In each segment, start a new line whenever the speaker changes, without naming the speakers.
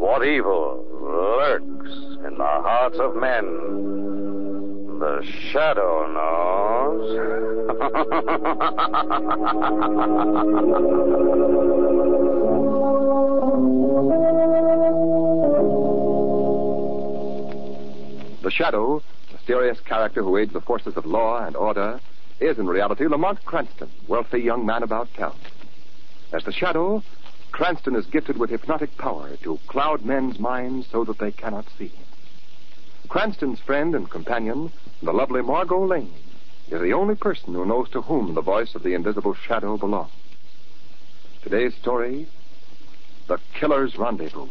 of evil lurks in the hearts of men. The shadow knows.
The Shadow, mysterious character who aids the forces of law and order, is in reality Lamont Cranston, wealthy young man about town. As the Shadow, Cranston is gifted with hypnotic power to cloud men's minds so that they cannot see him. Cranston's friend and companion, the lovely Margot Lane, is the only person who knows to whom the voice of the invisible Shadow belongs. Today's story The Killer's Rendezvous.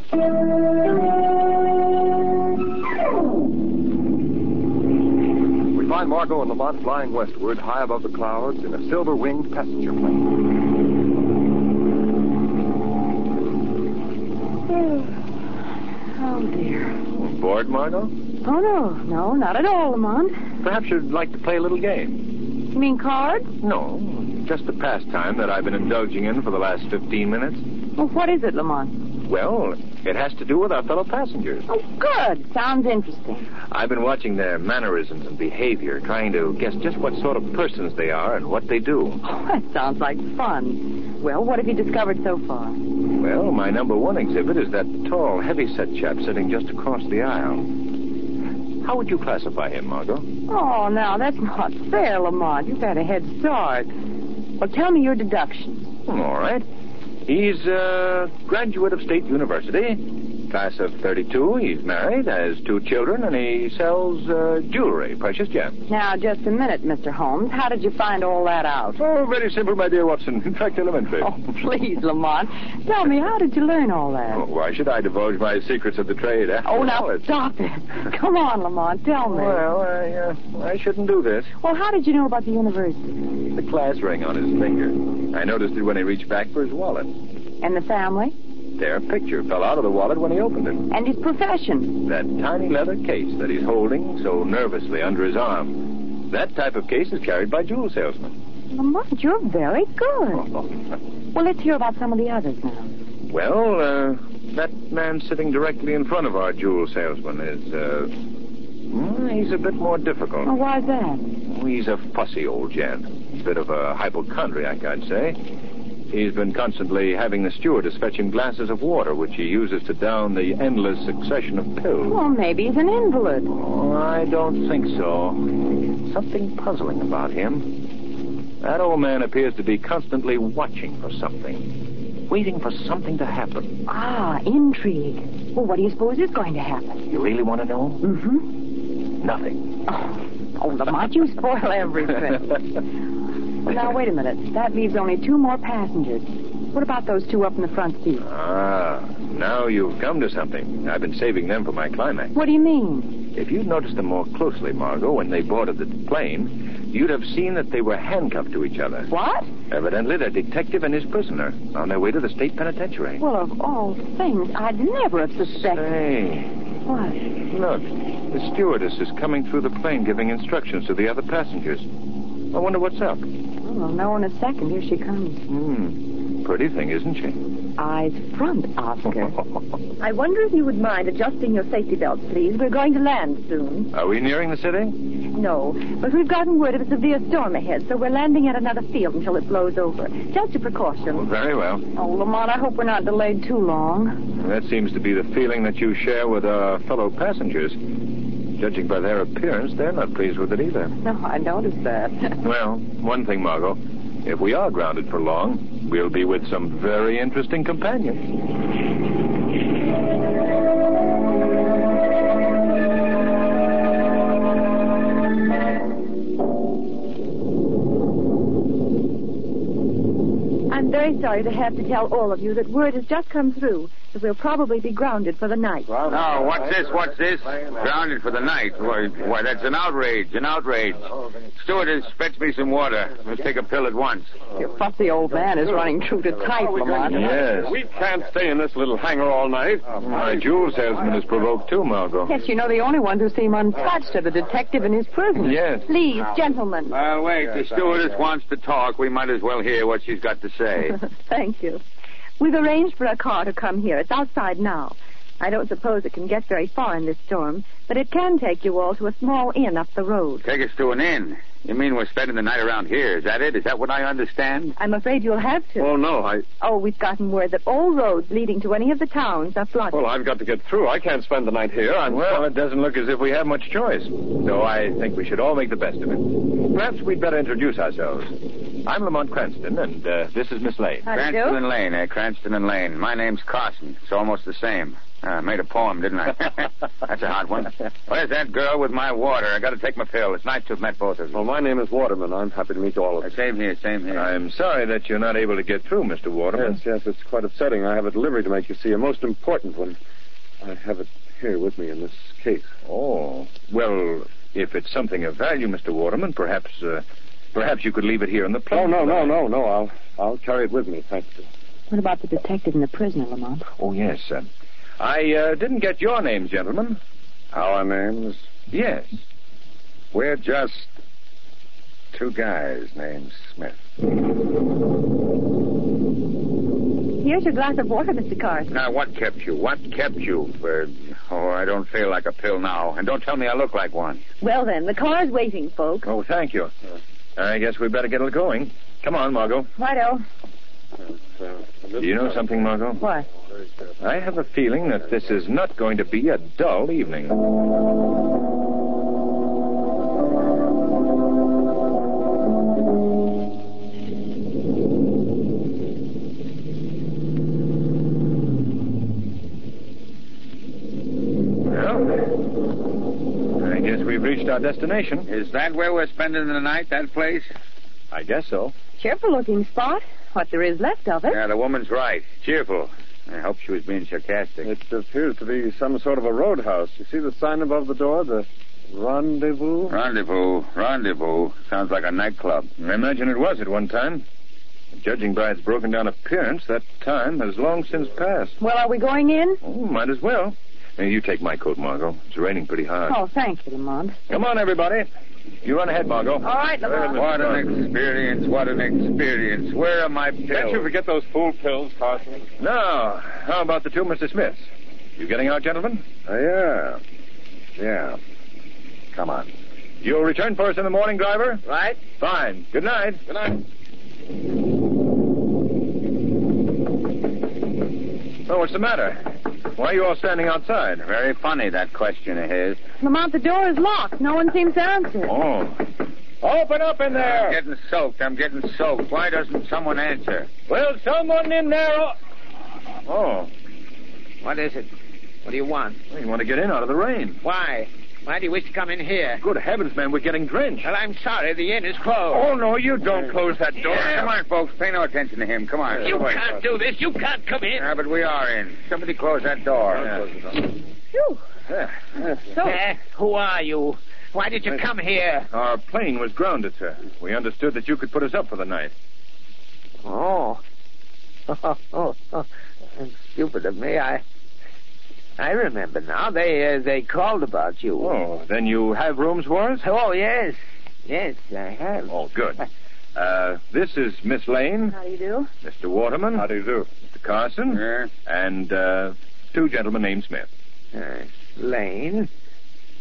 We find Margot and Lamont flying westward high above the clouds in a silver winged passenger plane.
Oh, dear.
Bored, Margot?
Oh, no, no, not at all, Lamont.
Perhaps you'd like to play a little game.
You mean cards?
No, just a pastime that I've been indulging in for the last 15 minutes.
Well, what is it, Lamont?
Well, it has to do with our fellow passengers.
Oh, good. Sounds interesting.
I've been watching their mannerisms and behavior, trying to guess just what sort of persons they are and what they do.
Oh, that sounds like fun. Well, what have you discovered so far?
Well, my number one exhibit is that tall, heavy-set chap sitting just across the aisle. How would you classify him, Margot?
Oh, now, that's not fair, Lamont. You've had a head start. Well, tell me your deductions.
All right. He's a graduate of State University, class of 32. He's married, has two children, and he sells uh, jewelry, precious gems.
Now, just a minute, Mr. Holmes. How did you find all that out?
Oh, very simple, my dear Watson. In fact, elementary.
Oh, please, Lamont. Tell me, how did you learn all
Oh,
that?
why should I divulge my secrets of the trade? After
Oh,
all,
now,
it's-
stop it. Come on, Lamont, tell me.
Well, I, uh, I shouldn't do this.
Well, how did you know about the university?
The class ring on his finger. I noticed it when he reached back for his wallet.
And the family?
Their picture fell out of the wallet when he opened it.
And his profession?
That tiny leather case that he's holding so nervously under his arm. That type of case is carried by jewel salesmen.
Lamont, you're very good. Well, let's hear about some of the others now.
Well, uh, that man sitting directly in front of our jewel salesman is, uh, mm, he's a bit more
Oh,
difficult.
why's that?
He's a fussy old gent. Bit of a hypochondriac, I'd say. He's been constantly having the stewardess fetch him glasses of water, which he uses to down the endless succession of pills.
Well, maybe he's an invalid.
Oh, I don't think so. Something puzzling about him. That old man appears to be constantly watching for something, waiting for something to happen.
Ah, intrigue. Well, what do you suppose is going to happen?
You really want to know?
Mm-hmm.
Nothing.
Oh, oh Lamont, you spoil everything. Well, now, wait a minute. That leaves only two more passengers. What about those two up in the front seat?
ah, now you've come to something. I've been saving them for my climax.
What do you mean?
If you'd noticed them more closely, Margot, when they boarded the plane, you'd have seen that they were handcuffed to each other.
What?
Evidently, the detective and his prisoner on their way to the state penitentiary.
Well, of all things, I'd never have suspected.
Say,
What?
Look, the stewardess is coming through the plane giving instructions to the other passengers. I wonder what's up.
Well, I'll know in a second. Here she comes.
Hmm. Pretty thing, isn't she?
Eyes front, Oscar.
I wonder if you would mind adjusting your safety belts, please. We're going to land soon.
Are we nearing the city?
No, but we've gotten word of a severe storm ahead, so we're landing at another field until it blows over. Just a
Well,
precaution.
very well.
Oh, Lamont, I hope we're not delayed too long.
That seems to be the feeling that you share with our fellow passengers. Judging by their appearance, they're not pleased with it either.
No, I noticed that.
Well, one thing, Margot. If we are grounded for long, we'll be with some very interesting companions.
I'm very sorry to have to tell all of you that word has just come through that we'll probably be grounded for the night.
Oh, what's this? What's this? Grounded for the night. Why, why, that's an outrage, an outrage. Stewardess, fetch me some water. Let's take a pill at once.
Your fussy old man is running true to type, Lamont.
Yes.
We can't stay in this little hangar all night.
Our jewel salesman is provoked too, Margot.
Yes, you know the only ones who seem untouched are the detective and his prisoner.
Yes.
Please, gentlemen.
Well, wait. The stewardess wants to talk. We might as well hear what she's got to say.
Thank you. We've arranged for a car to come here. It's outside now.
I don't suppose it can get very far in this storm, but it can take you all to a small inn up the road.
Take us to an inn. You mean we're spending the night around here? Is that it? Is that what I understand?
I'm afraid you'll have to.
Oh, no, I.
Oh, we've gotten word that all roads leading to any of the towns are flooded.
Well, I've got to get through. I can't spend the night here. I'm.
Well, it doesn't look as if we have much choice, so I think we should all make the best of it. Perhaps we'd better introduce ourselves. I'm Lamont Cranston, and uh, this is Miss Lane.
How do you do?
Cranston and Lane, eh? Cranston and Lane. My name's Carson. It's almost the same. Uh, made a poem, didn't I? That's a hot one. Where's that girl with my water? I gotta take my pill. It's nice to have met both of you.
Well, my name is Waterman. I'm happy to meet all of
Uh,
you.
Same here, same here.
I'm sorry that you're not able to get through, Mr. Waterman.
Yes, yes, it's quite upsetting. I have a delivery to make, you see, a most important one. I have it here with me in this case.
Oh. Well, if it's something of value, Mr. Waterman, perhaps uh, perhaps you could leave it here in the
Oh,
plane.
no, no, no, no. I'll I'll carry it with me, thank you.
What about the detective and the prisoner, Lamont?
Oh, yes. Uh, I uh, didn't get your name, gentlemen.
Our names?
Yes.
We're just two guys named Smith.
Here's your glass of water, Mr. Carson.
Now, what kept you? What kept you? For... Oh, I don't feel like a pill now. And don't tell me I look like one.
Well, then, the car's waiting, folks.
Oh, thank you. I guess we better get it going. Come on, Margot.
Righto.
Uh,
uh,
Do you know something, Margot?
What?
I have a feeling that this is not going to be a dull evening. Well, I guess we've reached our destination.
Is that where we're spending the night, that place?
I guess so.
Cheerful looking spot. What there is left of it.
Yeah, the woman's right. Cheerful. I hope she was being sarcastic.
It appears to be some sort of a roadhouse. You see the sign above the door, the rendezvous?
Rendezvous, rendezvous. Sounds like a nightclub.
I imagine it was at one time. Judging by its broken down appearance, that time has long since passed.
Well, are we going in?
Oh, might as well. Hey, you take my coat, Margot. It's raining pretty hard.
Oh, thank you, Lamont.
Come on, everybody. You run ahead, Margot.
All right, Lamont.
What an experience, what an experience. Where are my
Can't you
pills?
forget those fool pills, Carson?
Now, how about the two Mr. Smiths? You getting out, gentlemen?
Oh,
Uh, yeah. Yeah.
Come on. You'll return for us in the morning, driver?
Right?
Fine. Good night.
Good night.
Oh, what's the matter? Why are you all standing outside?
Very funny, that question of his.
Lamont, the door is locked. No one seems to answer.
Oh. Open up in
I'm getting soaked. I'm getting soaked. Why doesn't someone answer?
Well, someone in there. Oh.
What is it? What do you want?
Well, you want to get in out of the rain.
Why? Why do you wish to come in here?
Good heavens, man, we're getting drenched.
Well, I'm sorry. The inn is closed.
Oh, no, you don't close that door.
Yeah, Come on, folks. Pay no attention to him. Come on.
you
Wait.
can't do this. You can't come in.
Yeah, but we are in. Somebody close that door.
Phew.
Oh.
Uh,
So,
Eh, who are you? Why did you come here?
Our plane was grounded, sir. We understood that you could put us up for the night.
Oh. Oh, oh, oh. Stupid of me. I. I remember now. They uh, they called about you.
Oh, then you have rooms for us?
Oh, yes. Yes, I have.
Oh, good. Uh, this is Miss Lane,
how do you do?
Mr. Waterman. How do you do? Mr. Carson.
Yeah.
And, uh, two gentlemen named Smith.
Uh, Lane,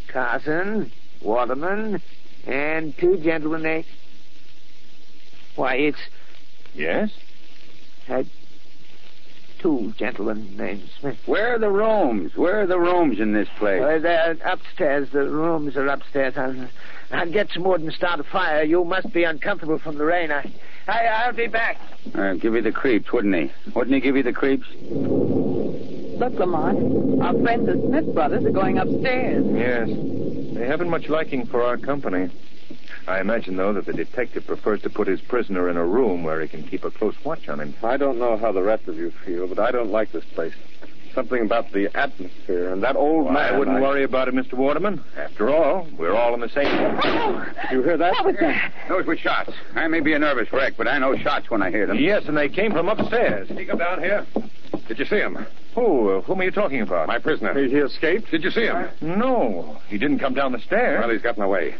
Carson, Waterman, and two gentlemen. eh? Why, it's
Yes?
two gentlemen named Smith.
Where are the rooms? Where are the rooms in this place?
Uh, they're upstairs. The rooms are upstairs. I'll, I'll get some wood and start a fire. You must be uncomfortable from the rain. I, I, I'll be back.
Uh, give you the creeps, wouldn't he? Wouldn't he give you the creeps?
Look, Lamont, our friends the Smith brothers are going upstairs.
Yes. They haven't much liking for our company. I imagine, though, that the detective prefers to put his prisoner in a room where he can keep a close watch on him.
I don't know how the rest of you feel, but I don't like this place. Something about the atmosphere and that old man.
I wouldn't
I-
worry about it, Mr. Waterman. After all, we're all in the same.
Did you hear that?
That was that.
Those were shots. I may be a nervous wreck, but I know shots when I hear them.
Yes, and they came from upstairs.
Did he come down here? Did you see him?
Who? Uh, whom are you talking about?
My prisoner. He, he escaped? Did you see him?
No, he didn't come down the stairs.
Well, he's gotten away.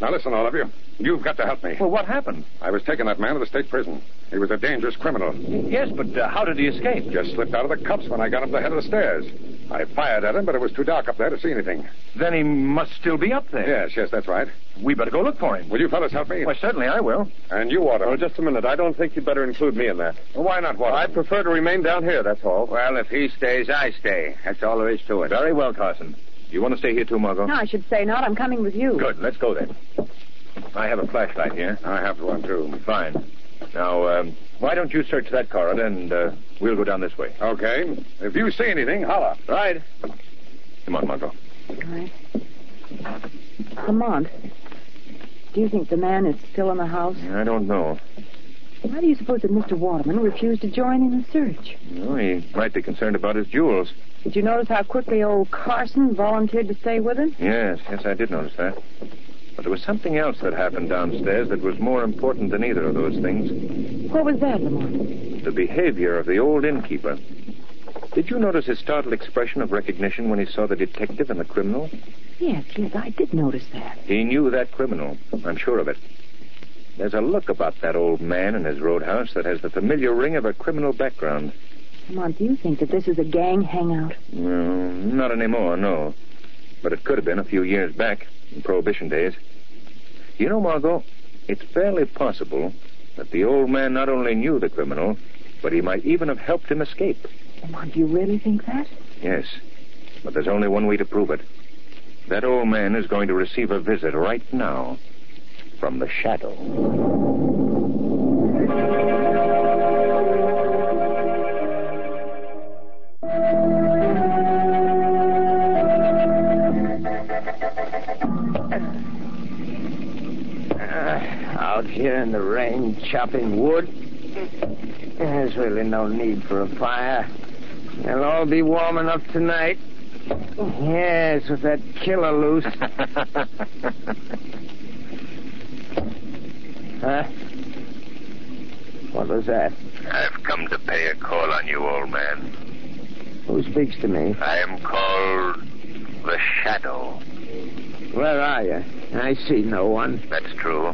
Now listen, all of you. You've got to help me.
Well, what happened?
I was taking that man to the state prison. He was a dangerous criminal.
Yes, but uh, how did he escape?
Just slipped out of the cuffs when I got him to the head of the stairs.
I fired at him, but it was too dark up there to see anything.
Then he must still be up there.
Yes, yes, that's right.
We better go look for him.
Will you fellas help me?
Well, certainly I will.
And you, Waterman.
Oh, just a minute. I don't think you'd better include me in that.
Why not,
I
Waterman?
prefer to remain down here, that's all.
Well, if he stays, I stay. That's all there is to it.
Very well, Carson. You want to stay here too, Margot?
No, I should say not. I'm coming with you.
Good. Let's go then. I have a flashlight here.
I have one, too.
Fine. Now, um, why don't you search that corridor and uh, we'll go down this way.
Okay. If you see anything, holler.
Right. Come on, Margot.
All right. Lamont, do you think the man is still in the house?
I don't know.
Why do you suppose that Mr. Waterman refused to join in the search?
No, he might be concerned about his jewels.
Did you notice how quickly old Carson volunteered to stay with us?
Yes, yes, I did notice that. But there was something else that happened downstairs that was more important than either of those things
What was that, Lamont?
the behavior of the old innkeeper. Did you notice his startled expression of recognition when he saw the detective and the criminal?
Yes, yes, I did notice that.
He knew that criminal. I'm sure of it. There's a look about that old man in his roadhouse that has the familiar ring of a criminal background.
Lamont, do you think that this is a gang hangout?
No, not anymore, no. But it could have been a few years back, in Prohibition days. You know, Margot, it's fairly possible that the old man not only knew the criminal, but he might even have helped him escape.
Lamont, do you really think that?
Yes, but there's only one way to prove it. That old man is going to receive a visit right now from the shadow.
out here in the rain chopping wood. There's really no need for a fire. They'll all be warm enough tonight. Yes, with that killer loose. huh? What was that?
I've come to pay a call on you, old man.
Who speaks to me?
I am called the Shadow.
Where are you? I see no one.
That's true.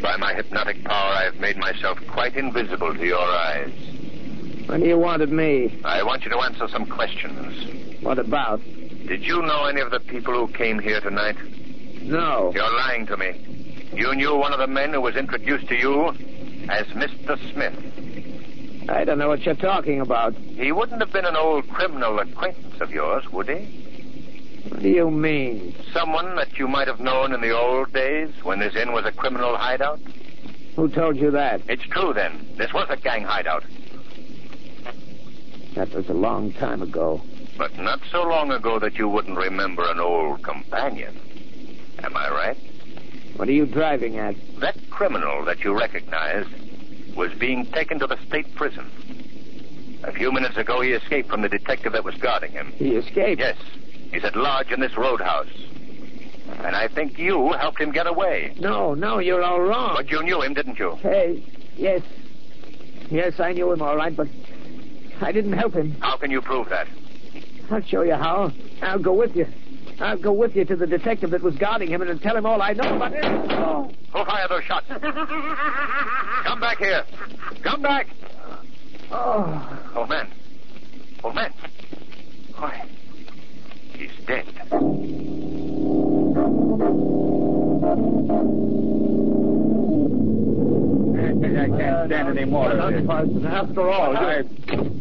By my hypnotic power, I've made myself quite invisible to your eyes.
What do you want of me?
I want you to answer some questions.
What about?
Did you know any of the people who came here tonight?
No.
You're lying to me. You knew one of the men who was introduced to you as Mr. Smith.
I don't know what you're talking about.
He wouldn't have been an old criminal acquaintance of yours, would he?
What do you mean?
Someone that you might have known in the old days when this inn was a criminal hideout?
Who told you that?
It's true, then. This was a gang hideout.
That was a long time ago.
But not so long ago that you wouldn't remember an old companion. Am I right?
What are you driving at?
That criminal that you recognized was being taken to the state prison. A few minutes ago, he escaped from the detective that was guarding him.
He escaped.
Yes, he's at large in this roadhouse. And I think you helped him get away.
No, no, you're all wrong.
But you knew him, didn't you?
Hey, yes. Yes, I knew him all right, but I didn't help him.
How can you prove that?
I'll show you how. I'll go with you. I'll go with you to the detective that was guarding him and tell him all I know about it. Oh,
Who fired those shots? Come back here. Come back.
oh.
Old man. Old man. Why? He's dead.
I can't stand any more of this.
After all,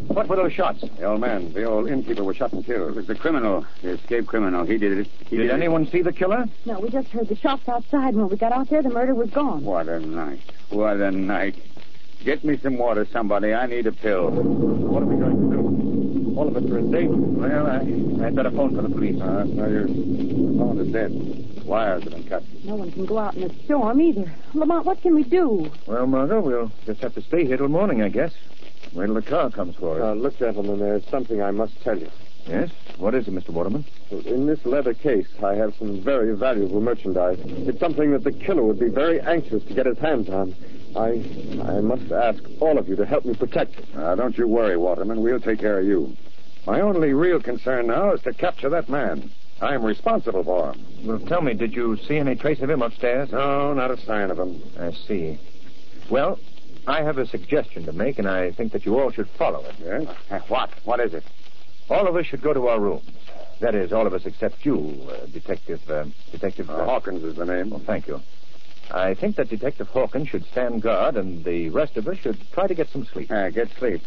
What were those shots?
The old man, the old innkeeper was shot and killed. It was the criminal, the escaped criminal. He did it. He
Did
it.
anyone see the killer?
No, we just heard the shots outside, and when we got out there, the murder was gone.
What a night. What a night. Get me some water, somebody. I need a pill.
what are we going to do? All of us are in danger.
Well, I, I'd better phone for the police.
Uh, no use. The phone is dead. Wires have been cut.
No one can go out in a storm either. Lamont, what can we do?
Well, Margot, we'll just have to stay here till morning, I guess. Wait till the car comes for us.
Uh, look, gentlemen, there's something I must tell you.
yes? What is it, Mr. Waterman?
In this leather case, I have some very valuable merchandise. It's something that the killer would be very anxious to get his hands on. I, I must ask all of you to help me protect it.
Uh, don't you worry, Waterman. We'll take care of you. My only real concern now is to capture that man. I'm responsible for him.
Well, tell me, did you see any trace of him upstairs?
No, not a sign of him.
I see. Well, I have a suggestion to make, and I think that you all should follow it.
Yes?
What? What is it?
All of us should go to our rooms. That is, all of us except you, uh, Detective. Uh, Detective uh,
Hawkins is the name.
Well, thank you. I think that Detective Hawkins should stand guard, and the rest of us should try to get some sleep.
Ah, get sleep.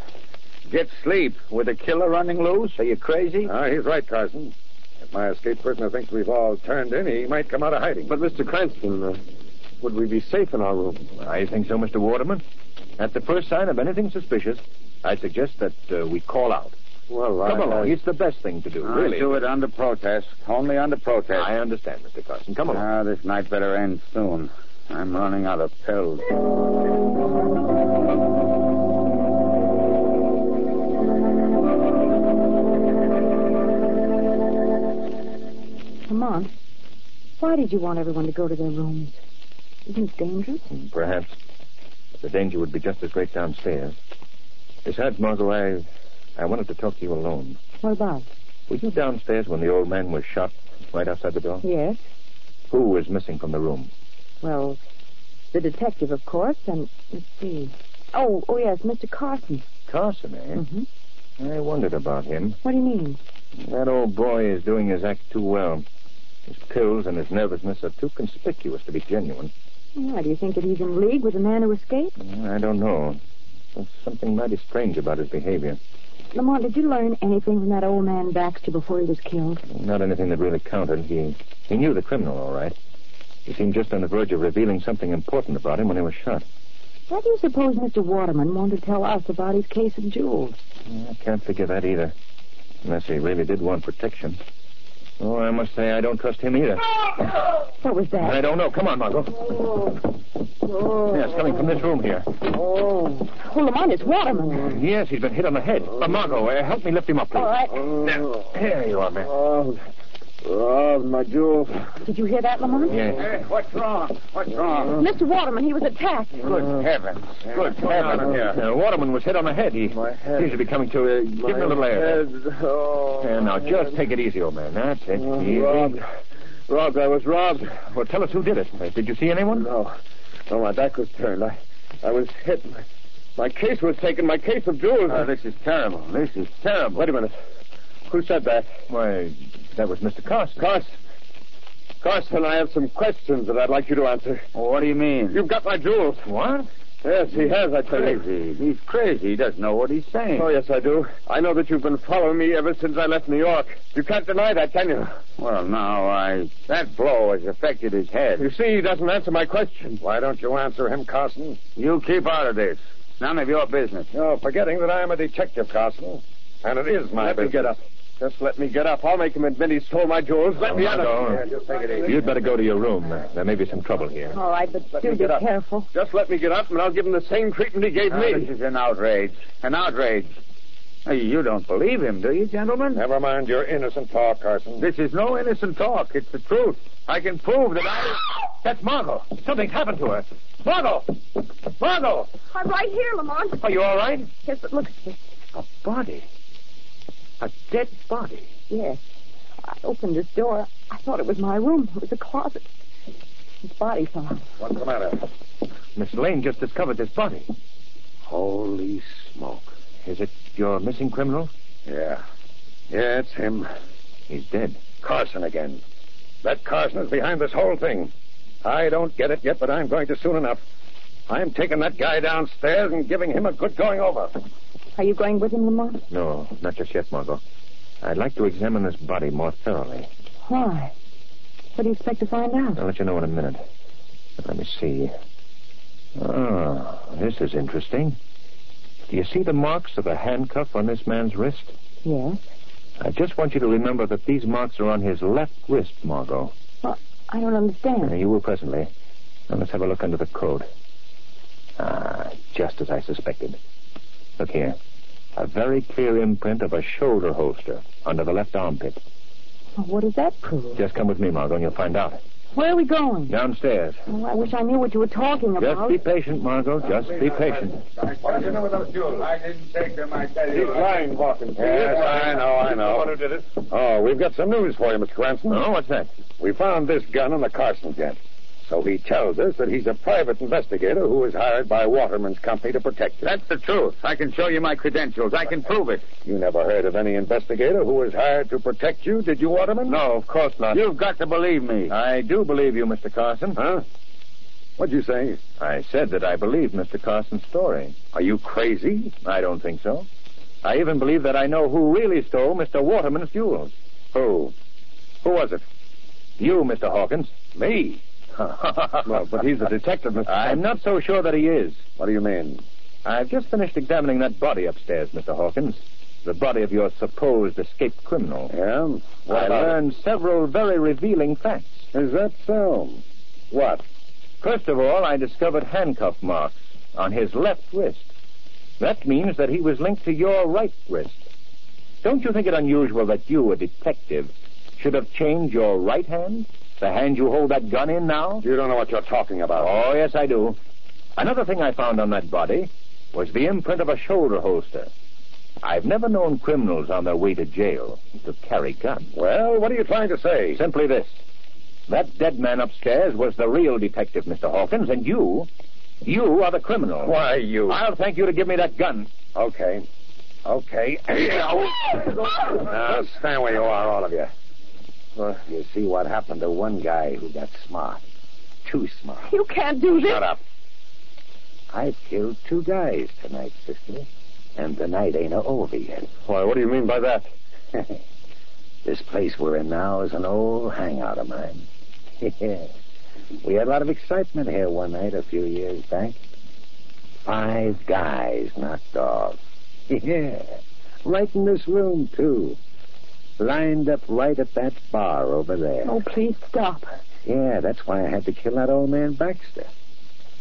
Get sleep. With a killer running loose? Are you crazy?
Ah, he's right, Carson. If my escaped prisoner thinks we've all turned in, he might come out of hiding.
But, Mr. Cranston, uh, would we be safe in our room?
I think so, Mr. Waterman. At the first sign of anything suspicious, I suggest that uh, we call out.
Well,
Come
I,
along.
I-
It's the best thing to do,
I'll
really.
do it under protest. Only under protest.
I understand, Mr. Carson. Come along.
Ah, this night better end soon. I'm running out of pills.
Lamont, why did you want everyone to go to their rooms? Isn't it dangerous?
Mm-hmm.
Perhaps. But the danger would be just as great downstairs. Besides, Margot, I, I wanted to talk to you alone.
What about?
Were you downstairs when the old man was shot right outside the door?
Yes.
Who was missing from the room?
Well, the detective, of course, and let's see. Oh, oh yes, Mr. Carson.
Carson, eh?
Mhm.
I wondered about him.
What do you mean?
That old boy is doing his act too well. His pills and his nervousness are too conspicuous to be genuine.
Why do you think that he's in league with the man who escaped?
I don't know. There's something mighty strange about his behavior.
Lamont, did you learn anything from that old man Baxter before he was killed?
Not anything that really counted. He he knew the criminal all right. He seemed just on the verge of revealing something important about him when he was shot.
Why do you suppose Mr. Waterman wanted to tell us about his case of jewels?
I can't figure that either. Unless he really did want protection. Oh, I must say I don't trust him either.
What was that?
I don't know. Come on, Margot. Yes, coming from this room here.
Oh, Lamont, it's Waterman.
Yes, he's been hit on the head. But Margot, uh, help me lift him up, please.
All right.
Now, here you are, man.
Oh, oh, my jewel.
Did you hear that, Lamont?
Yes.
what's wrong? What's
Ah,
wrong?
Mr. Waterman, he was attacked.
Good heavens. Good
Uh,
heavens.
Waterman was hit on the head. He
head.
seems to be coming to. Uh, give him a little air.
Head. Oh, Mm,
Yeah, now, just take it easy, old man. That's it.
I'm
easy.
robbed. Robbed. I was robbed.
Well, tell us who did it. Uh, did you see anyone?
Oh, No. No, my back was turned. I, I was hit. My, my case was taken. My case of jewels.
Oh, this is terrible. This is terrible.
Wait a minute. Who said that?
Why, that was Mr. Carson.
Carson. Carson, I have some questions that I'd like you to answer.
Oh, What do you mean?
You've got my jewels.
What?
Yes, he has, I tell you.
Crazy. He's crazy. He doesn't know what he's saying.
Oh, yes, I do. I know that you've been following me ever since I left New York. You can't deny that, can you?
Well, now, I. That blow has affected his head.
You see, he doesn't answer my question.
Why don't you answer him, Carson?
You keep out of this. None of your business.
You're forgetting that I am a detective, Carson. And it is my
let me
business.
get up. Just let me get up. I'll make him admit he stole my jewels. Let me out of
Margot,
here. Just take it easy.
You'd better go to your room. Uh, There may be some trouble here.
All right, but
me
do be
get up.
careful.
Just let me get up, and I'll give him the same treatment he gave
Now,
me.
this is an outrage. An outrage. Hey, You don't believe him, do you, gentlemen?
Never mind your innocent talk, Carson.
This is no innocent talk. It's the truth. I can prove that I.
That's Margot. Something's happened to her. Margot! Margot!
I'm right here, Lamont.
Are you all right?
Yes, but look at this.
A body. A dead body.
Yes. I opened this door. I thought it was my room. It was a closet. His body fell out.
What's the matter?
Miss Lane just discovered this body.
Holy smoke.
Is it your missing criminal?
Yeah. Yeah, it's him.
He's dead.
Carson again. That Carson is behind this whole thing. I don't get it yet, but I'm going to soon enough. I'm taking that guy downstairs and giving him a good going over.
Are you going with him, Lamont?
No, not just yet, Margot. I'd like to examine this body more thoroughly.
Why? What do you expect to find out?
I'll let you know in a minute. Let me see. Oh, this is interesting. Do you see the marks of a handcuff on this man's wrist?
Yes.
I just want you to remember that these marks are on his left wrist, Margot.
I don't
Uh,
understand.
You will presently. Now let's have a look under the coat. Ah, just as I suspected. Look here. A very clear imprint of a shoulder holster under the left armpit.
Well, what does that prove?
Just come with me, Margot, and you'll find out.
Where are we going?
Downstairs.
Oh, I wish I knew what you were talking
Just
about.
be patient, Margot. Just be patient.
What do you know with those jewels?
I didn't take them, I tell
He's lying, Hawkins.
Yes, I know, I know.
did it.
Oh, we've got some news for you, Mr. Cranston.
Oh, what's that?
We found this gun on the Carson jet.
So he tells us that he's a private investigator who was hired by Waterman's company to protect us.
That's the truth. I can show you my credentials. I can prove it.
You never heard of any investigator who was hired to protect you, did you, Waterman?
No, of course not.
You've got to believe me.
I do believe you, Mr. Carson.
Huh? What'd you say?
I said that I believe Mr. Carson's story.
Are you crazy?
I don't think so. I even believe that I know who really stole Mr. Waterman's jewels.
Who? Who was it?
You, Mr. Hawkins.
Me.
well,
Well, but he's a detective, Mr.
I'm not so sure that he is.
What do you mean?
I've just finished examining that body upstairs, Mr. Hawkins. The body of your supposed escaped criminal.
Yeah? What
I
about it?
learned several very revealing facts.
Is that so? What?
First of all, I discovered handcuff marks on his left wrist. That means that he was linked to your right wrist. Don't you think it unusual that you, a detective, should have changed your right hand? The hand you hold that gun in now?
You don't know what you're talking about.
Oh, yes, I do. Another thing I found on that body was the imprint of a shoulder holster. I've never known criminals on their way to jail to carry guns.
Well, what are you trying to say?
Simply this. That dead man upstairs was the real detective, Mr. Hawkins, and you, you are the criminal.
Why, you.
I'll thank you to give me that gun.
Okay. Okay. now, stand where you are, all of you. Well, you see what happened to one guy who got smart. Too smart.
You can't do this.
Shut up.
I've killed two guys tonight, sister. And the night ain't over yet.
Why, what do you mean by that?
This place we're in now is an old hangout of mine. we had a lot of excitement here one night a few years back. Five guys knocked off. yeah. Right in this room, too. Lined up right at that bar over there.
Oh, please stop.
Yeah, that's why I had to kill that old man Baxter.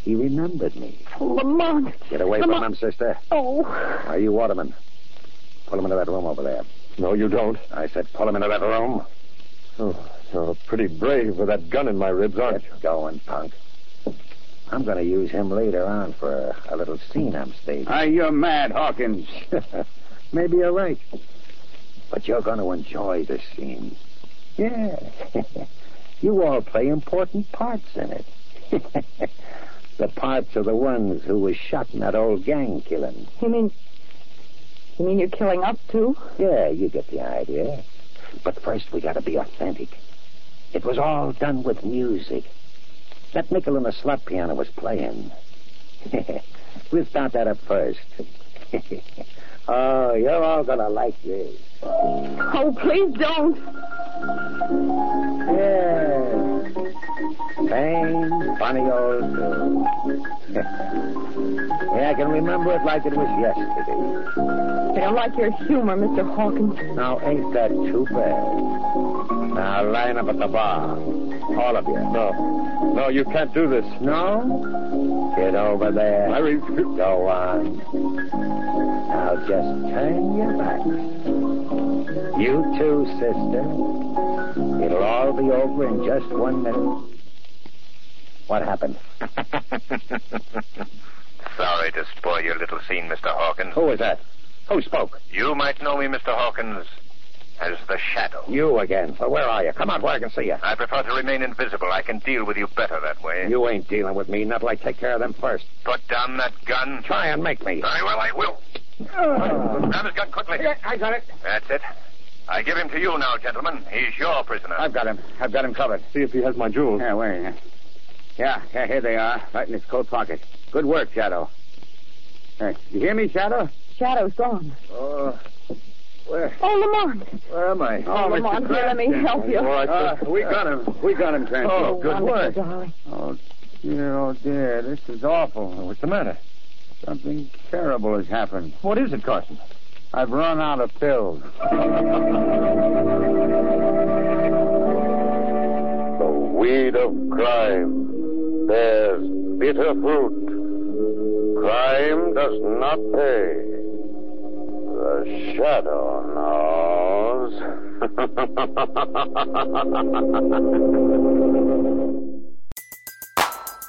He remembered me.
Oh, Lamont.
Get away
Come
from
on.
him, sister.
Oh.
Are you Waterman? Pull him into that room over there.
No, you don't.
I said, pull him into that room.
Oh, you're pretty brave with that gun in my ribs, aren't you?
Get going, punk. I'm going to use him later on for a, a little scene I'm staging.
Ah, you're mad, Hawkins.
Maybe you're right. But you're going to enjoy this scene. Yeah. you all play important parts in it. the parts of the ones who was shot in that old gang killing.
You mean. You mean you're killing up, too?
Yeah, you get the idea. But first, we gotta be authentic. It was all done with music. That nickel in the slot piano was playing. we'll start that up first. oh, you're all gonna like this.
Oh, please don't.
Yeah. Same funny old girl. yeah, I can remember it like it was yesterday.
I don't like your humor, Mr. Hawkins.
Now, ain't that too bad? Now, line up at the bar. All of you.
No. No, you can't do this.
No? Get over there.
I refuse.
Go on. Now, just turn your back. You too, sister. It'll all be over in just one minute. What happened?
Sorry to spoil your little scene, Mr. Hawkins.
Who was that? Who spoke?
You might know me, Mr. Hawkins, as the Shadow.
You again. Well, where are you? Come out where I can see you.
I prefer to remain invisible. I can deal with you better that way.
You ain't dealing with me. Not till I take care of them first.
put down that gun.
Try and make me.
Very well, I will.
Ah.
Grab his gun quickly.
I got it.
That's it. I give him to you now, gentlemen. He's your prisoner.
I've got him. I've got him covered.
See if he has my jewels.
Yeah, wait. Yeah, yeah, here they are, right in his coat pocket. Good work, Shadow. Hey, you hear me, Shadow?
Shadow's gone.
Oh,
Oh, Lamont.
where am I? Ah,
Oh, Lamont, here, let me help you.
All right,
Uh,
sir.
we got him. We got him, Trent.
Oh, good
Wonderful,
work.
darling.
Oh, dear, oh, dear. This is awful.
What's the matter?
Something terrible has happened.
What is it, Carson?
I've run out of pills.
the weed of crime bears bitter fruit. Crime does not pay. The shadow knows.